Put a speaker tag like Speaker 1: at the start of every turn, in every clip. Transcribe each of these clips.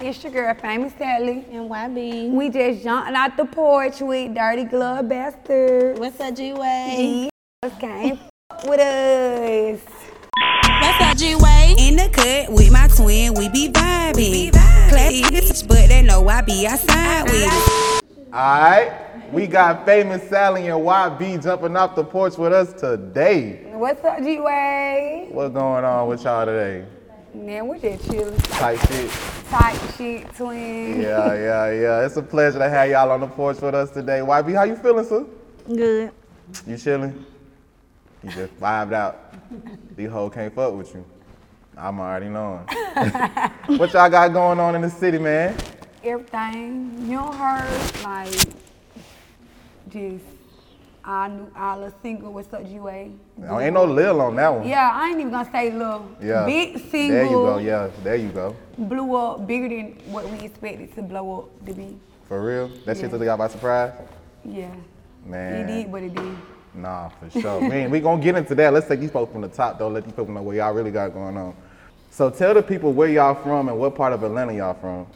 Speaker 1: It's your girl, Famous Sally.
Speaker 2: NYB.
Speaker 1: We just jumping out the porch with Dirty Glove Bastard.
Speaker 2: What's up, G-Way?
Speaker 1: He came f- with us.
Speaker 2: What's up, G-Way?
Speaker 3: In the cut with my twin, we be vibing. Classy bitch, but they know I be outside with it.
Speaker 4: Alright, we got famous Sally and YB jumping off the porch with us today.
Speaker 1: What's up, G-Way?
Speaker 4: What's going on with y'all today?
Speaker 1: Man, we just chilling.
Speaker 4: Tight shit.
Speaker 1: Tight shit, twin.
Speaker 4: Yeah, yeah, yeah. It's a pleasure to have y'all on the porch with us today. YB, how you feeling, sir?
Speaker 2: Good.
Speaker 4: You chilling? You just vibed out. These hoe can't fuck with you. I'm already knowing. what y'all got going on in the city, man?
Speaker 1: Everything, you don't heard, like, just, I knew I was single. What's up, G-Way?
Speaker 4: Oh, ain't no lil on that one.
Speaker 1: Yeah, I ain't even gonna say little.
Speaker 4: Yeah.
Speaker 1: Big single.
Speaker 4: There you go. Yeah, there you go.
Speaker 1: blew up bigger than what we expected to blow up to be.
Speaker 4: For real? That
Speaker 1: Yeah.
Speaker 4: shit took y'all by surprise?
Speaker 1: Yeah.
Speaker 4: Man.
Speaker 1: It did what it did.
Speaker 4: Nah, for sure. Man, we gonna get into that. Let's take these folks from the top though. Let these people know what y'all really got going on. So tell the people where y'all from and what part of Atlanta y'all from.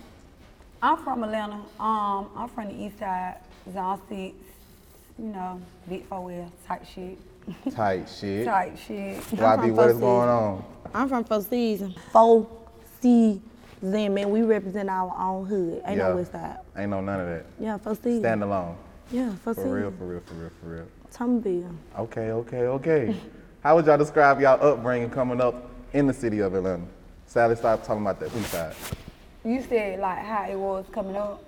Speaker 1: I'm from Atlanta. Um, I'm from the east side, zone six, you know, big four wheel type shit.
Speaker 4: Tight shit.
Speaker 1: type shit.
Speaker 4: YB,
Speaker 2: from
Speaker 4: what is
Speaker 2: Fosse.
Speaker 4: going on?
Speaker 2: I'm from Four Seasons. Four Seasons, man. We represent our own hood. Ain't
Speaker 4: Yeah.
Speaker 2: no West Side.
Speaker 4: Ain't no none of that.
Speaker 2: Yeah, Four Seasons.
Speaker 4: Stand alone.
Speaker 2: Yeah, Four
Speaker 4: For real,
Speaker 2: Seasons.
Speaker 4: for real, for real, for real.
Speaker 2: Tommyville.
Speaker 4: Okay, okay, okay. How would y'all describe y'all upbringing coming up in the city of Atlanta? Sally, stop talking about the east side.
Speaker 1: You said like how it was coming up.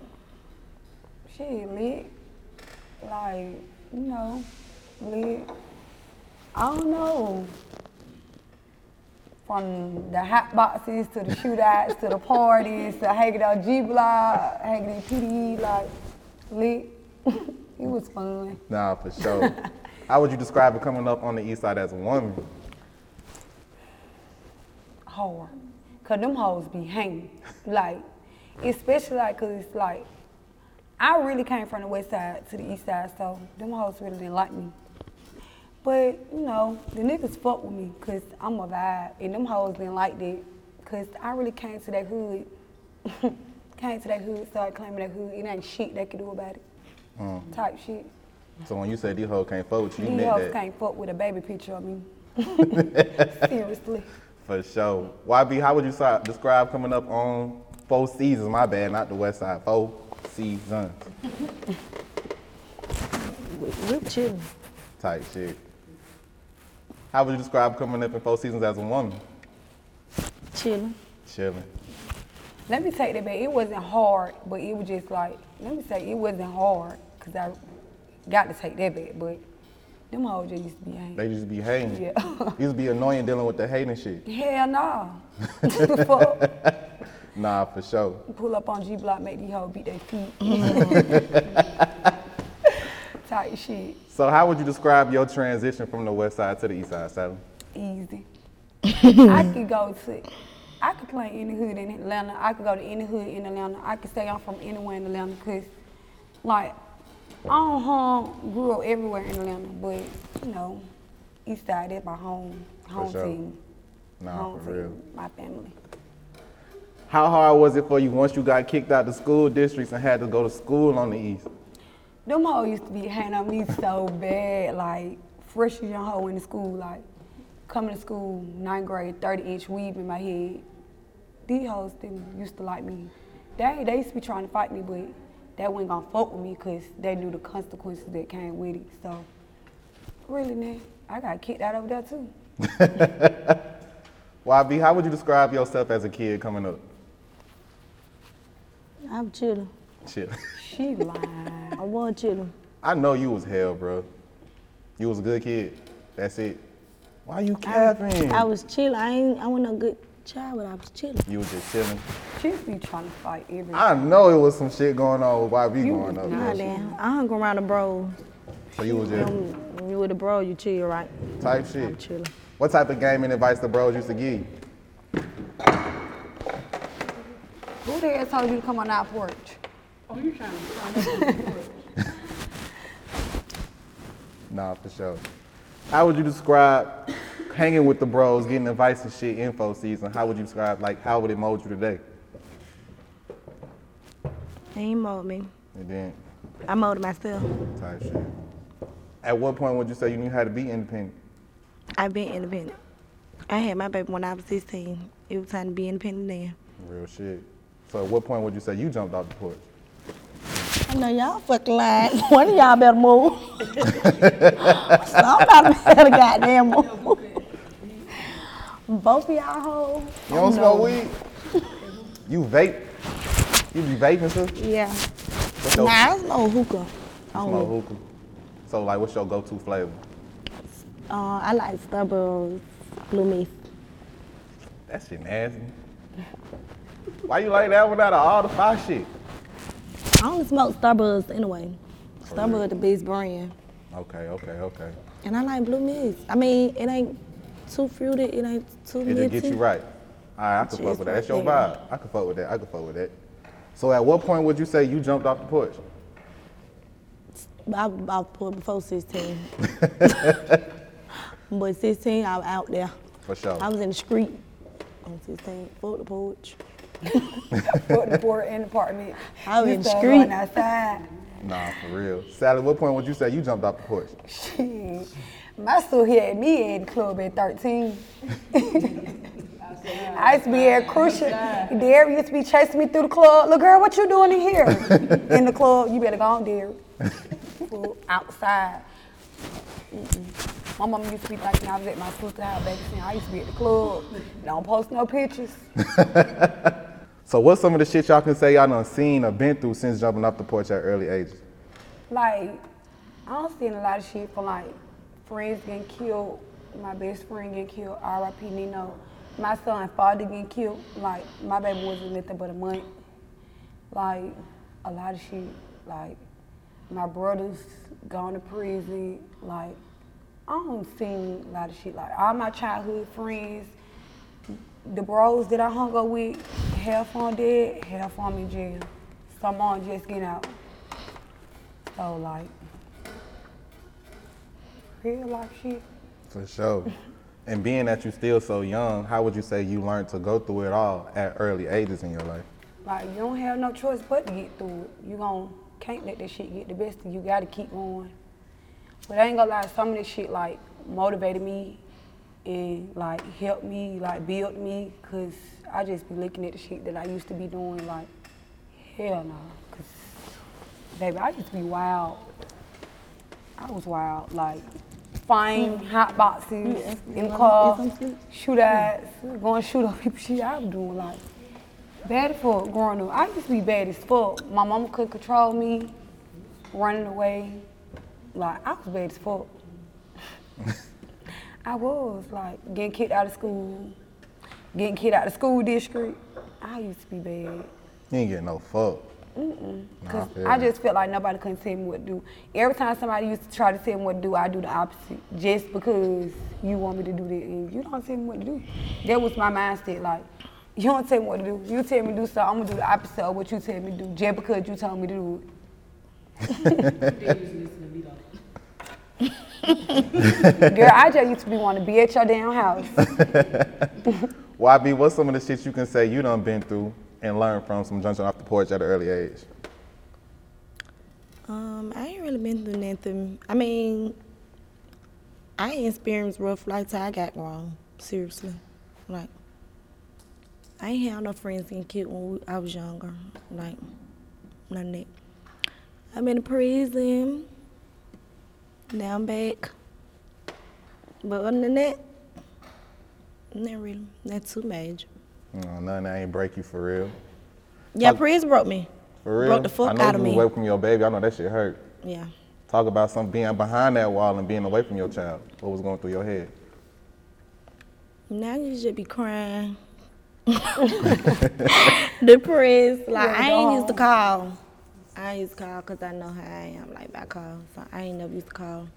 Speaker 1: Shit lit. Like, you know, lit. I don't know. From the hot boxes to the shootouts to the parties to hanging out G Block, hanging out PDE, E, like lit. it was fun.
Speaker 4: Nah, for sure. How would you describe it coming up on the east side as a woman?
Speaker 1: hard. Cause them hoes be hanging. Like, especially like, cause it's like, I really came from the west side to the east side, so them hoes really didn't like me. But, you know, the niggas fuck with me, cause I'm a vibe, and them hoes didn't like that. Cause I really came to that hood, came to that hood, started claiming that hood, it ain't shit they could do about it. Type shit.
Speaker 4: So when you said these hoes can't fuck with Mm. you, you
Speaker 1: These
Speaker 4: meant
Speaker 1: hoes
Speaker 4: that.
Speaker 1: can't fuck with a baby picture of me. Seriously.
Speaker 4: For sure. YB, how would you si- describe coming up on four seasons? My bad, not the West Side. Four seasons
Speaker 2: We, we're chilling.
Speaker 4: type shit. How would you describe coming up in four seasons as a woman?
Speaker 2: Chilling.
Speaker 4: Chilling.
Speaker 1: Let me take that back. It wasn't hard, but it was just like, let me say, it wasn't hard, because I got to take that back, but them hoes just used to be angry.
Speaker 4: They just be hating.
Speaker 1: Yeah.
Speaker 4: used to be annoying dealing with the hating shit.
Speaker 1: Hell no. Fuck.
Speaker 4: Nah, for sure.
Speaker 1: Pull up on G Block, make these hoes beat their feet. Type shit.
Speaker 4: So how would you describe your transition from the West Side to the East Side, Sally?
Speaker 1: Easy. I could go to, I could play any hood in Atlanta. I could go to any hood in Atlanta. I could say I'm from anywhere in Atlanta because, like, I don't home, grew up everywhere in Atlanta, but, you know, East Side is my home, home
Speaker 4: sure.
Speaker 1: team.
Speaker 4: Nah,
Speaker 1: home
Speaker 4: for
Speaker 1: team,
Speaker 4: real.
Speaker 1: my family.
Speaker 4: How hard was it for you once you got kicked out the school districts and had to go to school on the East?
Speaker 1: Them hoes used to be hating on me so bad, like freshman young hoe in the school, like coming to school, ninth grade, 30 inch weave in my head. These hoes didn't used to like me. They, they used to be trying to fight me, but they wasn't gonna fuck with me because they knew the consequences that came with it. So, really, man, I got kicked out over there too.
Speaker 4: YB, how would you describe yourself as a kid coming up?
Speaker 2: I'm chilling.
Speaker 4: Shit.
Speaker 1: She lying.
Speaker 2: I was chilling.
Speaker 4: I know you was hell, bro. You was a good kid. That's it. Why you capping?
Speaker 2: I was chilling. I ain't. I wasn't a good child, but I was chilling.
Speaker 4: you was just chilling.
Speaker 1: She used to be trying to fight every.
Speaker 4: I know it was some shit going on with YB
Speaker 1: You
Speaker 4: going up.
Speaker 2: Nah,
Speaker 4: bro.
Speaker 2: damn. I hung around the bro.
Speaker 4: So you was just
Speaker 2: When you with a bro, you chill, right?
Speaker 4: type
Speaker 2: I'm
Speaker 4: shit.
Speaker 2: chilling.
Speaker 4: What type of gaming advice the bros used to give you?
Speaker 1: Who the hell told you to come on our porch?
Speaker 4: Nah, for sure. How would you describe hanging with the bros, getting advice and shit, info season? How would you describe, like, how would it mold you today?
Speaker 2: They ain't mold me.
Speaker 4: And then
Speaker 2: I molded myself.
Speaker 4: type shit. At what point would you say you knew how to be independent?
Speaker 2: I've been independent. I had my baby when I was 16. It was time to be independent then.
Speaker 4: Real shit. So at what point would you say you jumped off the porch?
Speaker 2: I know y'all fucking lying. One of y'all better move. Somebody better goddamn move. Both of y'all hoes.
Speaker 4: You don't smoke weed? You vape? You be vaping, sis?
Speaker 2: Yeah.
Speaker 4: What's
Speaker 2: Nah,
Speaker 4: your
Speaker 2: I smoke hookah.
Speaker 4: smoke
Speaker 2: Only.
Speaker 4: hookah? So like, what's your go-to flavor?
Speaker 2: Uh, I like Starburst, Blue Mist.
Speaker 4: That shit nasty. Why you like that one out of all the fire shit?
Speaker 2: I only smoke Starburst anyway. Starburst the best brand.
Speaker 4: Okay, okay, okay.
Speaker 2: And I like Blue Mist. I mean, it ain't too fruited. It ain't too
Speaker 4: It just get you
Speaker 2: minty.
Speaker 4: right. All right, I can
Speaker 2: Shit
Speaker 4: fuck with that.
Speaker 2: right
Speaker 4: That's your
Speaker 2: there.
Speaker 4: vibe. I can fuck with that. I can fuck with that. So at what point would you say you jumped off the porch?
Speaker 2: I, I put before 16. but 16, I was out there.
Speaker 4: For sure.
Speaker 2: I was in the street on 16. Fuck the porch.
Speaker 1: Put the board in the apartment.
Speaker 2: I was
Speaker 1: You
Speaker 2: in the
Speaker 1: start
Speaker 2: street.
Speaker 1: going outside.
Speaker 4: Nah, for real. Sally, what point would you say you jumped off the porch?
Speaker 1: Shit. My school here at me at the club at 13. I used to be at Crucial. Derry used to be chasing me through the club. Look, girl, what you doing in here? in the club, you better go on, Derry. Fool, Outside. Mm-mm. My mama used to be thinking I was at my sister's house babysitting. I used to be at the club. Don't post no pictures.
Speaker 4: So what's some of the shit y'all can say y'all done seen or been through since jumping off the porch at early ages?
Speaker 1: Like, I don't seen a lot of shit from like friends getting killed, my best friend getting killed, R.I.P. Nino. My son father getting killed. Like, my baby wasn't nothing but a month. Like, a lot of shit. Like, my brother's gone to prison. Like, I don't seen a lot of shit. Like, all my childhood friends, the bros that I hung out with, half on dead, half on in jail. Some on just getting out. So like real life shit.
Speaker 4: For sure. and being that you still so young, how would you say you learned to go through it all at early ages in your life?
Speaker 1: Like you don't have no choice but to get through it. You gon' can't let that shit get the best of you. You gotta keep going. But I ain't gonna lie, some of this shit like motivated me and like helped me, like built me, cause I just be looking at the shit that I used to be doing like, hell no. Cause baby, I used to be wild. I was wild, like fine hot boxes, in cars, shoot ass, going shoot up people shit. I was doing like bad for growing up. I used to be bad as fuck. My mama couldn't control me, running away. Like I was bad as fuck. I was like getting kicked out of school, getting kicked out of school district. I used to be bad.
Speaker 4: You ain't getting no fuck. Nah,
Speaker 1: Cause
Speaker 4: feel
Speaker 1: I
Speaker 4: that.
Speaker 1: just felt like nobody couldn't tell me what to do. Every time somebody used to try to tell me what to do, I do the opposite. Just because you want me to do that and you don't tell me what to do. That was my mindset. Like, you don't tell me what to do. You tell me to do something, I'm gonna do the opposite of what you tell me to do just because you told me to do it. Girl, I just used to be want to be at your damn house.
Speaker 4: YB, what's some of the shit you can say you done been through and learned from some jumping off the porch at an early age?
Speaker 2: Um, I ain't really been through nothing. I mean, I ain't experienced rough life till I got grown. Seriously, like I ain't had no friends getting killed when we, I was younger. Like none of that. I'm in prison. Now I'm back. But other than that, not really. Not too major.
Speaker 4: No, none that ain't break you for real.
Speaker 2: Yeah,
Speaker 4: Oh.
Speaker 2: prison broke me.
Speaker 4: For real.
Speaker 2: Broke the fuck
Speaker 4: I know
Speaker 2: out
Speaker 4: you
Speaker 2: of
Speaker 4: was
Speaker 2: me.
Speaker 4: away from your baby. I know that shit hurt.
Speaker 2: Yeah.
Speaker 4: Talk about some being behind that wall and being away from your child. What was going through your head?
Speaker 2: Now you just be crying. Depressed. Like I ain't used to call. I ain't used to call because I know how I am. Like if I call, so I ain't never used to call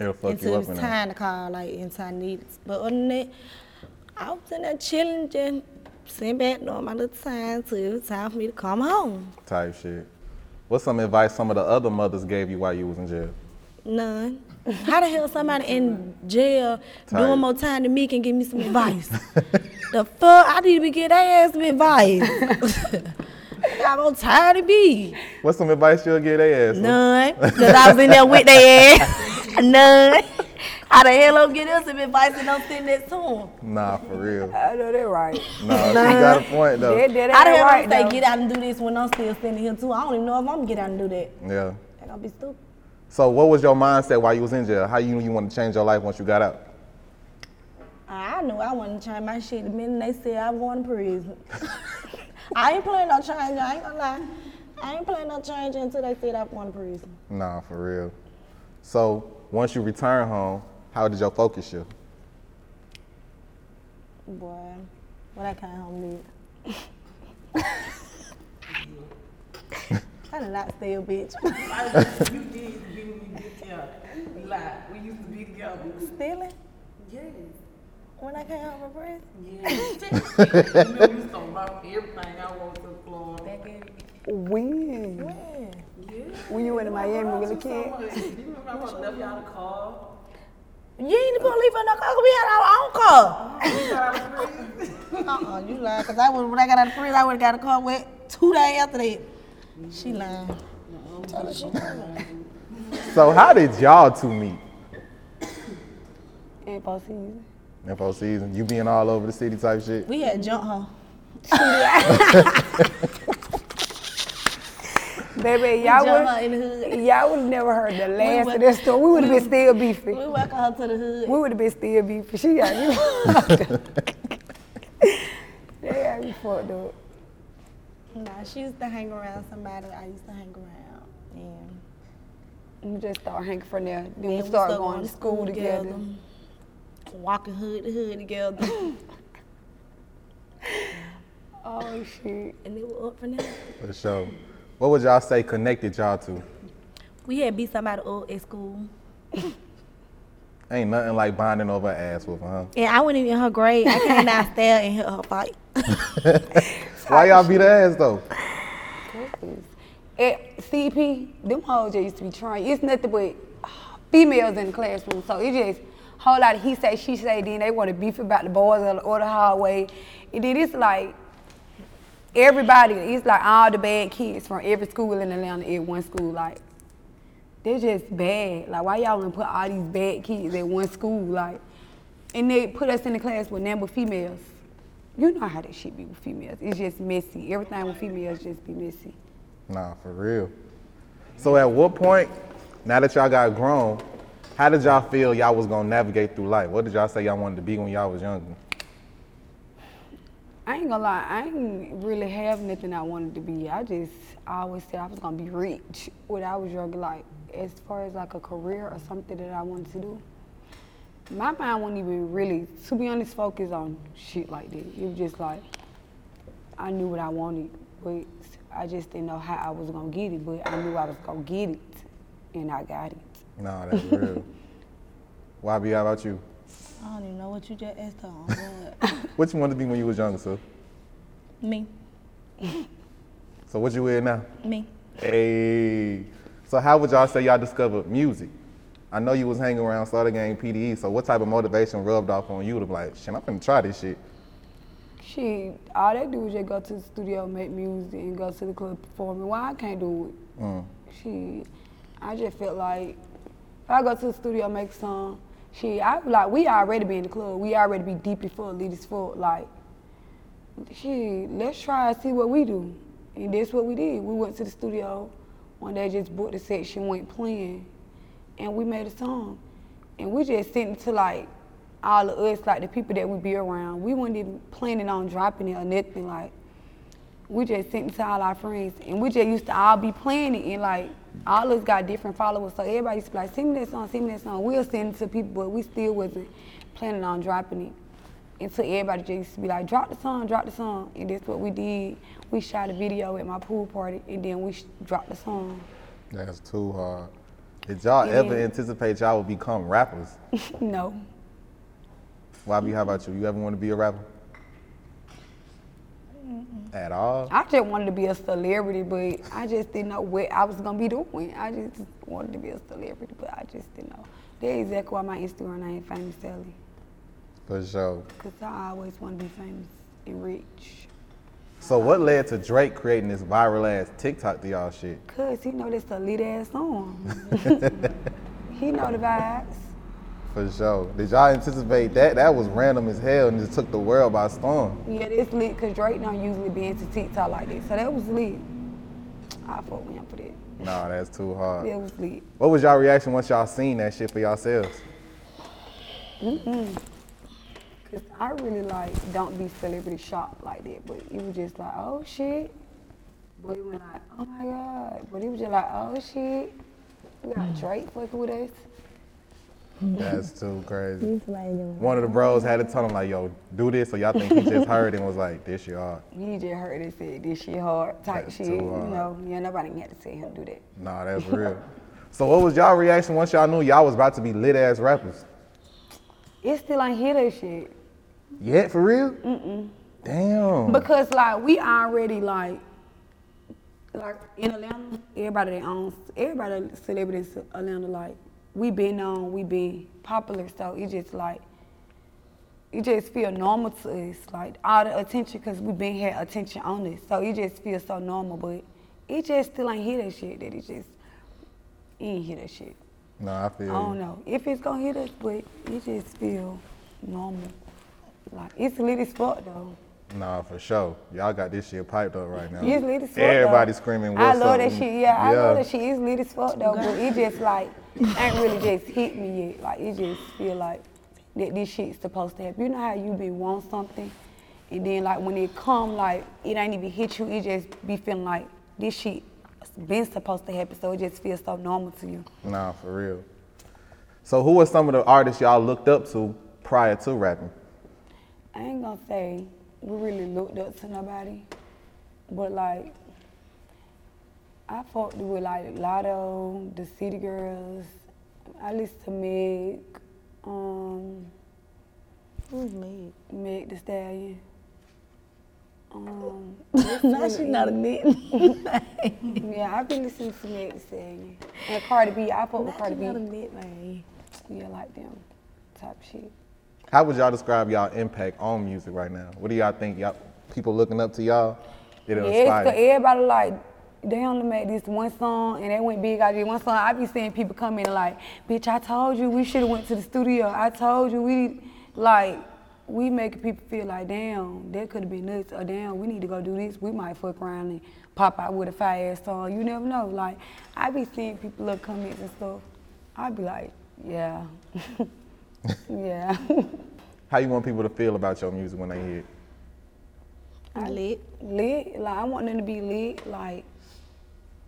Speaker 4: It'll fuck
Speaker 2: until
Speaker 4: you
Speaker 2: it
Speaker 4: up
Speaker 2: was
Speaker 4: in there.
Speaker 2: time to call. Like until I needed. But other than that, I was in there chilling, just sitting back doing my little time till it was time for me to come home.
Speaker 4: Type shit. What's some advice some of the other mothers gave you while you was in jail?
Speaker 2: None. How the hell somebody in jail
Speaker 4: Tired.
Speaker 2: doing more time than me can give me some advice? the fuck? I need to be getting their ass some advice. I'm on tired of be.
Speaker 4: What's some advice you'll give they ass?
Speaker 2: None. Because I was in there with their ass. None. How the hell I'm get us some advice and I'm sitting next to him?
Speaker 4: Nah, for real.
Speaker 1: I know that right.
Speaker 4: Nah, you got a point though.
Speaker 1: That, that ain't
Speaker 2: I done heard
Speaker 1: right,
Speaker 2: them say
Speaker 1: though.
Speaker 2: get out and do this when I'm still sitting here too. I don't even know if I'm gonna get out and do that.
Speaker 4: Yeah.
Speaker 2: That gonna be stupid.
Speaker 4: So what was your mindset while you was in jail? How you knew you want to change your life once you got out?
Speaker 2: I knew I wanted to change my shit the minute they said I was going to prison. I ain't planning on changing. I ain't gonna lie. I ain't planning on changing until they said I was going to prison.
Speaker 4: Nah, for real. So once you return home, how did your focus shift?
Speaker 2: Boy, what I came home did. I did not stay a bitch.
Speaker 5: You did be when we did together. Like, we used to be together.
Speaker 2: Stealing
Speaker 5: Yes.
Speaker 2: when I came home from prison.
Speaker 5: Yes. you know, you stole my everything. I walked to Florida. That gave
Speaker 1: When? When you went to Miami with a
Speaker 5: so
Speaker 1: kid?
Speaker 5: much. You remember I was left y'all the car?
Speaker 2: You ain't the police for no car. 'cause We had our own car.
Speaker 5: Y'all
Speaker 2: Uh-uh, you lying. Because I would, when I got out of prison, I would have got a car wet two days after that. She lying. Tell her she lying.
Speaker 4: So how did y'all two meet?
Speaker 1: In four seasons.
Speaker 4: Info season, you being all over the city type shit.
Speaker 2: We had junk her.
Speaker 1: Baby, y'all
Speaker 2: jump her
Speaker 1: would,
Speaker 2: in the hood.
Speaker 1: y'all would have never heard the last
Speaker 2: wa-
Speaker 1: of that story. We would have been still
Speaker 2: We
Speaker 1: beefing.
Speaker 2: welcome her to the hood.
Speaker 1: We would have been still beefing. She got you. they got me fucked up.
Speaker 2: Nah, she used to hang around somebody I used to hang around. And
Speaker 1: We just start hanging from there. Then we
Speaker 2: then
Speaker 1: started going to school together.
Speaker 2: Walking hood to hood together.
Speaker 1: Oh shit.
Speaker 2: and they were up for now.
Speaker 4: For sure. What would y'all say connected y'all to?
Speaker 2: We had beat somebody up at school.
Speaker 4: Ain't nothing like bonding over an ass whooping, huh?
Speaker 2: And I wasn't even in her grade. I came downstairs and hit her fight.
Speaker 4: Why y'all beat the ass though?
Speaker 1: At CP, them hoes just used to be trying. It's nothing but uh, females in the classroom. So it just whole lot of he say, she say, then they want to beef about the boys or the, or the hallway. And then it's like everybody, it's like all the bad kids from every school in Atlanta at one school. Like, they're just bad. Like, why y'all want to put all these bad kids at one school? Like, and they put us in the class with number females. You know how that shit be with females. It's just messy. Everything with females just be messy.
Speaker 4: Nah, for real. So at what point, now that y'all got grown, how did y'all feel y'all was gonna navigate through life? What did y'all say y'all wanted to be when y'all was younger?
Speaker 1: I ain't gonna lie, I ain't really have nothing I wanted to be. I just I always said I was gonna be rich when I was younger, like as far as like a career or something that I wanted to do. My mind wasn't even really, to be honest, focused on shit like that. It was just like I knew what I wanted, but I just didn't know how I was gonna get it, but I knew I was gonna get it and I got it.
Speaker 4: Nah, that's real. YB, how about you?
Speaker 2: I don't even know what you just asked her on. but-
Speaker 4: What you wanted to be when you was younger, sir?
Speaker 2: me.
Speaker 4: So what you in now?
Speaker 2: Me.
Speaker 4: Hey. So how would y'all say y'all discovered music? I know you was hanging around Slaughter Gang PDE, so what type of motivation rubbed off on you to be like, shit, I'm gonna try this shit.
Speaker 1: Shit, all they do is just go to the studio, make music, and go to the club performing. Why I can't do it? Shit, I just felt like if I go to the studio, make a song, shit, I like we already be in the club, we already be deep as fuck, lead as fuck. Like, shit, let's try and see what we do, and that's what we did. We went to the studio one day, just booked the section, went playing, and we made a song, and we just sent it to like all of us, like the people that we be around, we wasn't even planning on dropping it or nothing. Like, we just sent it to all our friends, and we just used to all be playing it, and like all us got different followers, so everybody used to be like, send me that song, send me that song. We'll send it to people, but we still wasn't planning on dropping it. And so everybody just used to be like, drop the song, drop the song, and that's what we did. We shot a video at my pool party, and then we sh- dropped the song.
Speaker 4: That's too hard. Did y'all
Speaker 1: It
Speaker 4: ever
Speaker 1: is.
Speaker 4: anticipate y'all would become rappers?
Speaker 1: no,
Speaker 4: YB, how about you? You ever want to be a rapper? At all?
Speaker 1: I just wanted to be a celebrity, but I just didn't know what I was gonna be doing. I just wanted to be a celebrity, but I just didn't know. That's exactly why my Instagram name Famous Sally,
Speaker 4: For sure.
Speaker 1: cause I always want to be famous and rich.
Speaker 4: So what led to Drake creating this viral ass TikTok to y'all shit?
Speaker 1: Cause he know this a lead ass song. he know the vibes.
Speaker 4: For sure. Did y'all anticipate that? That was random as hell and just took the world by storm.
Speaker 1: Yeah, this lit cause Drake don't usually be into TikTok like this. So that was lit. I fuck with him for that.
Speaker 4: Nah, that's too hard.
Speaker 1: That was lit.
Speaker 4: What was y'all reaction once y'all seen that shit for yourselves?
Speaker 1: Cause I really like don't be celebrity shocked like that. But it was just like, oh shit. But it was like, oh my god. But it was just like, oh shit. We got Drake fucking with us.
Speaker 4: That's too crazy. One of the bros had to tell him like, yo, do this, or y'all think he just heard and was like, this y'all.
Speaker 1: He just heard it said this shit hard type
Speaker 4: That's
Speaker 1: shit.
Speaker 4: too
Speaker 1: You
Speaker 4: hard.
Speaker 1: know, yeah, nobody had to tell him do that.
Speaker 4: Nah, that's real. so what was y'all reaction once y'all knew y'all was about to be lit ass rappers?
Speaker 1: It still ain't hit that shit.
Speaker 4: Yeah, for real? Mm-mm. Damn.
Speaker 1: Because like we already like like in Atlanta, everybody they own everybody celebrities in Atlanta like we been known, we been popular, so it just like it just feel normal to us, like all the attention, cause we been had attention on us, so it just feels so normal. But it just still ain't hear that shit. That it just it ain't hear that shit.
Speaker 4: nah, I feel
Speaker 1: I don't
Speaker 4: you.
Speaker 1: know if it's gonna hit us, but it just feel normal. Like it's lit as fuck though.
Speaker 4: Nah, for sure. Y'all got this shit piped up right now.
Speaker 1: It's lit as fuck. though.
Speaker 4: Everybody screaming,
Speaker 1: I
Speaker 4: what's
Speaker 1: love
Speaker 4: up?
Speaker 1: that shit. Yeah, I love that shit. It's lit as fuck though, but it just like ain't really just hit me yet. Like it just feel like that this shit's supposed to happen. You know how you been want something, and then like when it come, like it ain't even hit you. It just be feeling like this shit been supposed to happen, so it just feels so normal to you.
Speaker 4: Nah, for real. So who were some of the artists y'all looked up to prior to rapping?
Speaker 1: I ain't gonna say we really looked up to nobody, but like I fucked with like Lotto, the City Girls. I listened to Meg, um,
Speaker 2: Who's me?
Speaker 1: Meg the Stallion. Um,
Speaker 2: now she's not a nigga.
Speaker 1: yeah, I've been listening to Meg the Stallion and Cardi B. I fuck with
Speaker 2: Now
Speaker 1: Cardi
Speaker 2: she's
Speaker 1: B.
Speaker 2: not a nigga.
Speaker 1: Yeah, like them type shit.
Speaker 4: How would y'all describe y'all impact on music right now? What do y'all think y'all people looking up to y'all? Did it
Speaker 1: Yeah, it's
Speaker 4: inspire?
Speaker 1: cause
Speaker 4: you?
Speaker 1: everybody like they only made this one song and they went big out of this one song. I be seeing people come in like, bitch, I told you we should have went to the studio. I told you we like we making people feel like damn, that could have been nuts or damn, we need to go do this. We might fuck around and pop out with a fire ass song. You never know. Like I be seeing people look comments and stuff. I be like, yeah. yeah.
Speaker 4: How you want people to feel about your music when they hear it?
Speaker 2: Lit.
Speaker 1: lit. Like I want them to be lit. Like,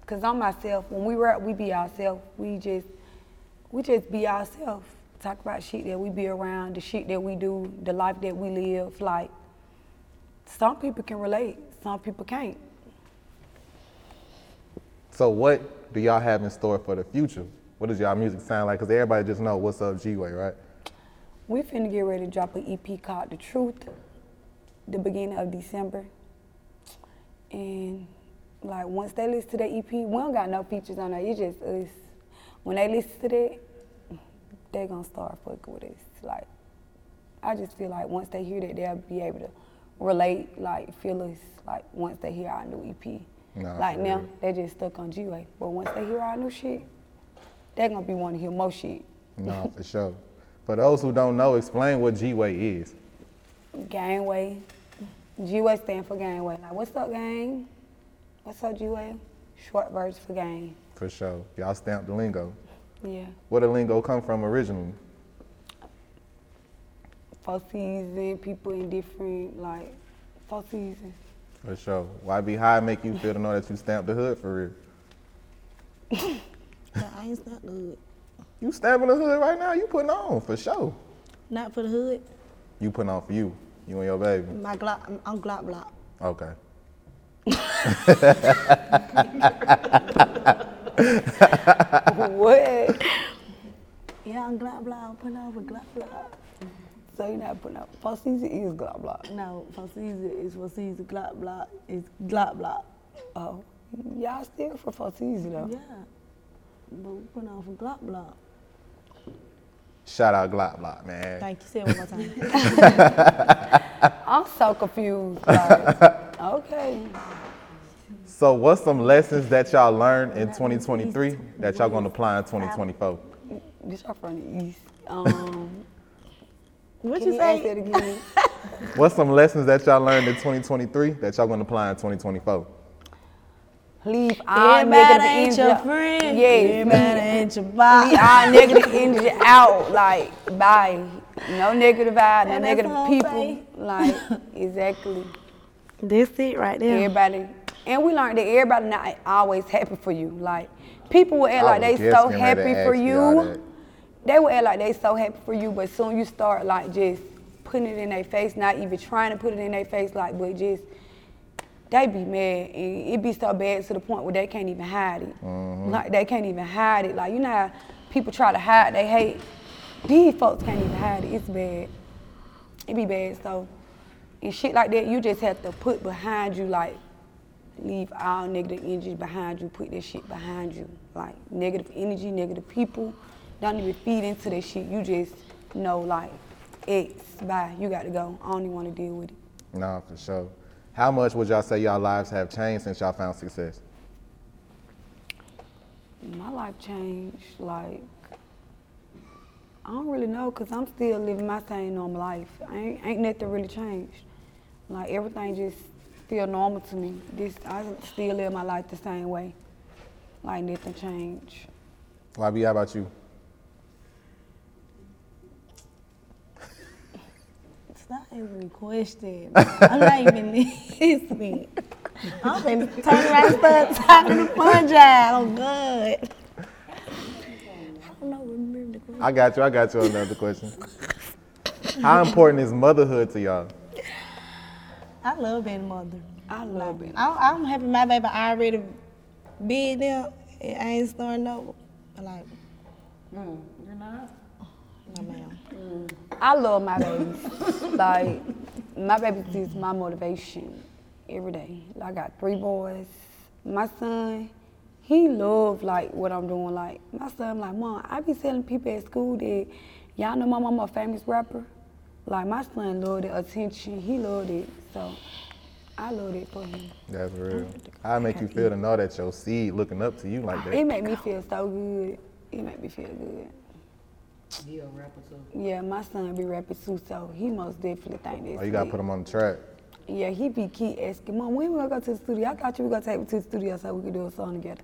Speaker 1: cause I'm myself. When we rap, we be ourselves. We just, we just be ourselves. Talk about shit that we be around, the shit that we do, the life that we live. Like, some people can relate, some people can't.
Speaker 4: So what do y'all have in store for the future? What does y'all music sound like? Because everybody just know what's up G-Way, right?
Speaker 1: We finna get ready to drop an EP called The Truth, the beginning of December. And like once they listen to that EP, we don't got no features on it. It's just us. When they listen to that, they gonna start fucking with us. Like I just feel like once they hear that, they'll be able to relate, like feel us. Like once they hear our new EP.
Speaker 4: Nah,
Speaker 1: like
Speaker 4: for
Speaker 1: now
Speaker 4: real.
Speaker 1: they just stuck on G-Way, but once they hear our new shit, they gonna be wanting to hear more shit.
Speaker 4: No, for sure. For those who don't know, explain what G-Way is.
Speaker 1: Gangway. G-Way stand for Gangway. Like, what's up, gang? What's up, G-Way? Short verse for gang.
Speaker 4: For sure. Y'all stamped the lingo.
Speaker 1: Yeah.
Speaker 4: Where the lingo come from originally?
Speaker 1: Four season, people in different, like, four seasons.
Speaker 4: For sure. Why be high make you feel to know that you stamped the hood for real?
Speaker 2: No, I ain't not good.
Speaker 4: You stamping the hood right now, you putting on, for sure.
Speaker 2: Not for the hood.
Speaker 4: You putting on for you, you and your baby.
Speaker 2: My Glock, I'm, I'm Glock Block.
Speaker 4: Okay.
Speaker 1: what?
Speaker 2: Yeah, I'm Glock Block. I'm putting over Glock Block. Mm-hmm.
Speaker 1: So you're not putting up. Four season is blah blah.
Speaker 2: No, for Caesar is for Caesar. Glock Block is Glock Block.
Speaker 1: Oh, y'all still for four season though.
Speaker 2: Yeah. But we putting on for Glock Block.
Speaker 4: Shout out Glock Block, man.
Speaker 2: Thank you. Say it one more time.
Speaker 1: I'm so confused. Like, Okay.
Speaker 4: So, what's some lessons that y'all learned in 2023 that y'all gonna apply in 2024?
Speaker 1: This y'all from the east. Um,
Speaker 2: What
Speaker 1: can
Speaker 2: you
Speaker 1: you ask
Speaker 2: say?
Speaker 1: that again?
Speaker 4: What's some lessons that y'all learned in 2023 that y'all gonna apply in 2024?
Speaker 1: Leave all
Speaker 2: Everybody
Speaker 1: negative
Speaker 2: ain't
Speaker 1: energy.
Speaker 2: your friend.
Speaker 1: Yes.
Speaker 2: Everybody ain't your
Speaker 1: Leave
Speaker 2: body.
Speaker 1: all negative energy out. Like, bye. No negative vibe. No
Speaker 2: And that's
Speaker 1: negative
Speaker 2: what I'm
Speaker 1: people.
Speaker 2: saying.
Speaker 1: Like, exactly.
Speaker 2: That's it right there.
Speaker 1: Everybody. And we learned that everybody not always happy for you. Like people will act
Speaker 4: I
Speaker 1: like
Speaker 4: was
Speaker 1: they
Speaker 4: just
Speaker 1: so
Speaker 4: getting ready to
Speaker 1: happy for
Speaker 4: ask y'all
Speaker 1: you.
Speaker 4: that.
Speaker 1: They will act like they so happy for you, but soon you start like just putting it in their face, not even trying to put it in their face, like but just they be mad and it be so bad to the point where they can't even hide it.
Speaker 4: Mm-hmm.
Speaker 1: Like they can't even hide it. Like you know how people try to hide they hate. These folks can't even hide it. It's bad it be bad. So, and shit like that, you just have to put behind you, like, leave all negative energy behind you, put that shit behind you. Like, negative energy, negative people, don't even feed into that shit. You just know, like, it's bye, you got to go. I don't even want to deal with it.
Speaker 4: No, for sure. How much would y'all say y'all lives have changed since y'all found success?
Speaker 1: My life changed, like, I don't really know, because I'm still living my same normal life. I ain't, ain't nothing really changed. Like, everything just still normal to me. This, I still live my life the same way. Like, nothing changed.
Speaker 4: YB, how about you?
Speaker 2: It's not even a question. I'm not even listening. I'm gonna turn around and start talking to Fungi. Oh God. I don't know. Remember the question.
Speaker 4: I got you. I got you on another question. How important is motherhood to y'all?
Speaker 2: I love being a mother.
Speaker 1: I love it.
Speaker 2: I'm, I'm happy my baby already big now. I ain't starting over. Like,
Speaker 5: Mm, you're not?
Speaker 2: no ma'am.
Speaker 1: I love my babies. like, my babies is my motivation every day. I got three boys. My son, he love like what I'm doing. Like, my son, like, mom, I be telling people at school that y'all know my mama a famous rapper. Like, my son love the attention. He loved it. So, I love it for him.
Speaker 4: That's real. How it make you feel to know that your seed looking up to you like
Speaker 1: It
Speaker 4: that?
Speaker 1: make me feel so good. It make me feel good.
Speaker 5: He a rapper too.
Speaker 1: Yeah, my son be rapping too, so he most definitely think this.
Speaker 4: Oh, you gotta put them on the track.
Speaker 1: Yeah, he be keep asking, Mom, when we gonna go to the studio? I thought you were gonna take me to the studio so we could do a song together.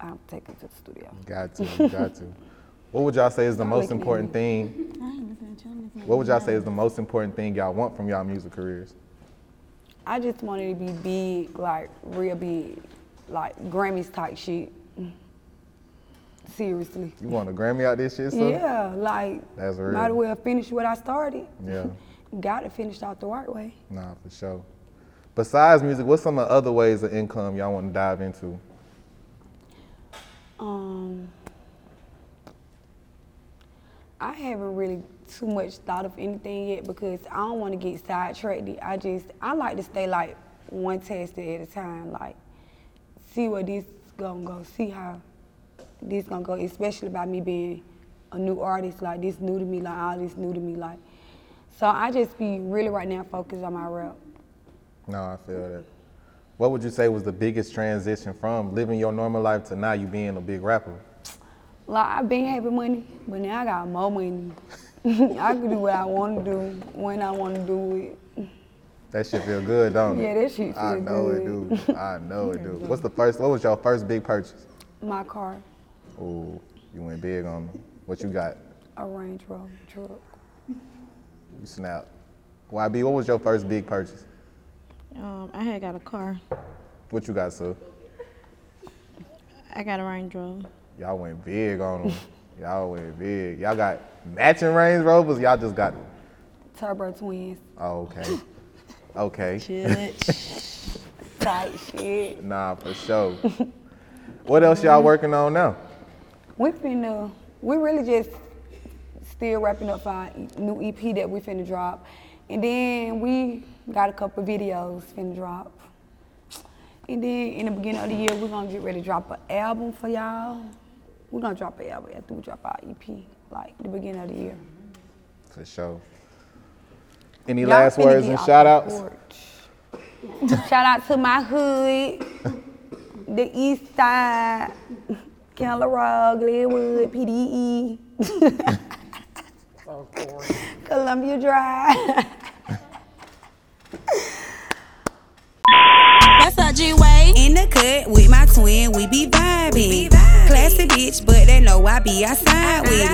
Speaker 1: I'll take him to the studio.
Speaker 4: Got to. you Got to. What would y'all say is the
Speaker 1: Y'all
Speaker 4: most
Speaker 1: making me
Speaker 4: important thing?
Speaker 2: I ain't listening to him.
Speaker 4: What would y'all say is the most important thing y'all want from y'all music careers?
Speaker 1: I just wanted to be big, like real big, like Grammys type shit. Seriously.
Speaker 4: You want a Grammy out this shit, so?
Speaker 1: yeah, like
Speaker 4: That's
Speaker 1: might as
Speaker 4: real.
Speaker 1: well finish what I started.
Speaker 4: Yeah.
Speaker 1: Gotta finish out the right way.
Speaker 4: Nah, for sure. Besides music, what's some of the other ways of income y'all want to dive into?
Speaker 1: Um, I haven't really too much thought of anything yet because I don't want to get sidetracked. I just I like to stay like one task at a time, like see where this gonna go, see how this gonna go, especially by me being a new artist, like this new to me, like all this new to me, like. So I just be really right now focused on my rap.
Speaker 4: No, I feel that. What would you say was the biggest transition from living your normal life to now you being a big rapper?
Speaker 1: Like I've been having money, but now I got more money. I can do what I want to do when I want to do it.
Speaker 4: That shit feel good, don't it?
Speaker 1: Yeah, that shit
Speaker 4: I
Speaker 1: feel
Speaker 4: know it
Speaker 1: good.
Speaker 4: do. I know it do. What's the first? What was your first big purchase?
Speaker 1: My car,
Speaker 4: Ooh, you went big on me. What you got?
Speaker 1: a Range Rover truck.
Speaker 4: You snapped. YB, what was your first big purchase?
Speaker 2: Um, I had got a car.
Speaker 4: What you got, sir?
Speaker 2: I got a Range Rover.
Speaker 4: Y'all went big on them. Y'all went big. Y'all got matching Range Rovers. Y'all just got.
Speaker 1: Turbo twins,
Speaker 4: Oh, okay. Okay.
Speaker 1: tight shit.
Speaker 4: Nah, for sure. what else y'all working on now?
Speaker 1: We finna, we really just still wrapping up our E, new EP that we finna drop. And then we got a couple videos finna drop. And then in the beginning of the year, we're gonna get ready to drop an album for y'all. We're gonna drop an album after we drop our EP, like the beginning of the year.
Speaker 4: For sure. Any
Speaker 1: Y'all
Speaker 4: last
Speaker 1: finna
Speaker 4: words
Speaker 1: get
Speaker 4: and
Speaker 1: off
Speaker 4: shout
Speaker 1: the
Speaker 4: outs?
Speaker 1: porch. Shout out to my hood, the East Side, Keller Road, Glenwood, E. PDE,
Speaker 5: So Corey,
Speaker 1: Columbia Drive.
Speaker 3: That's a G way. In the cut with my twin, we be vibing. Classy bitch, but they know I be outside with. it.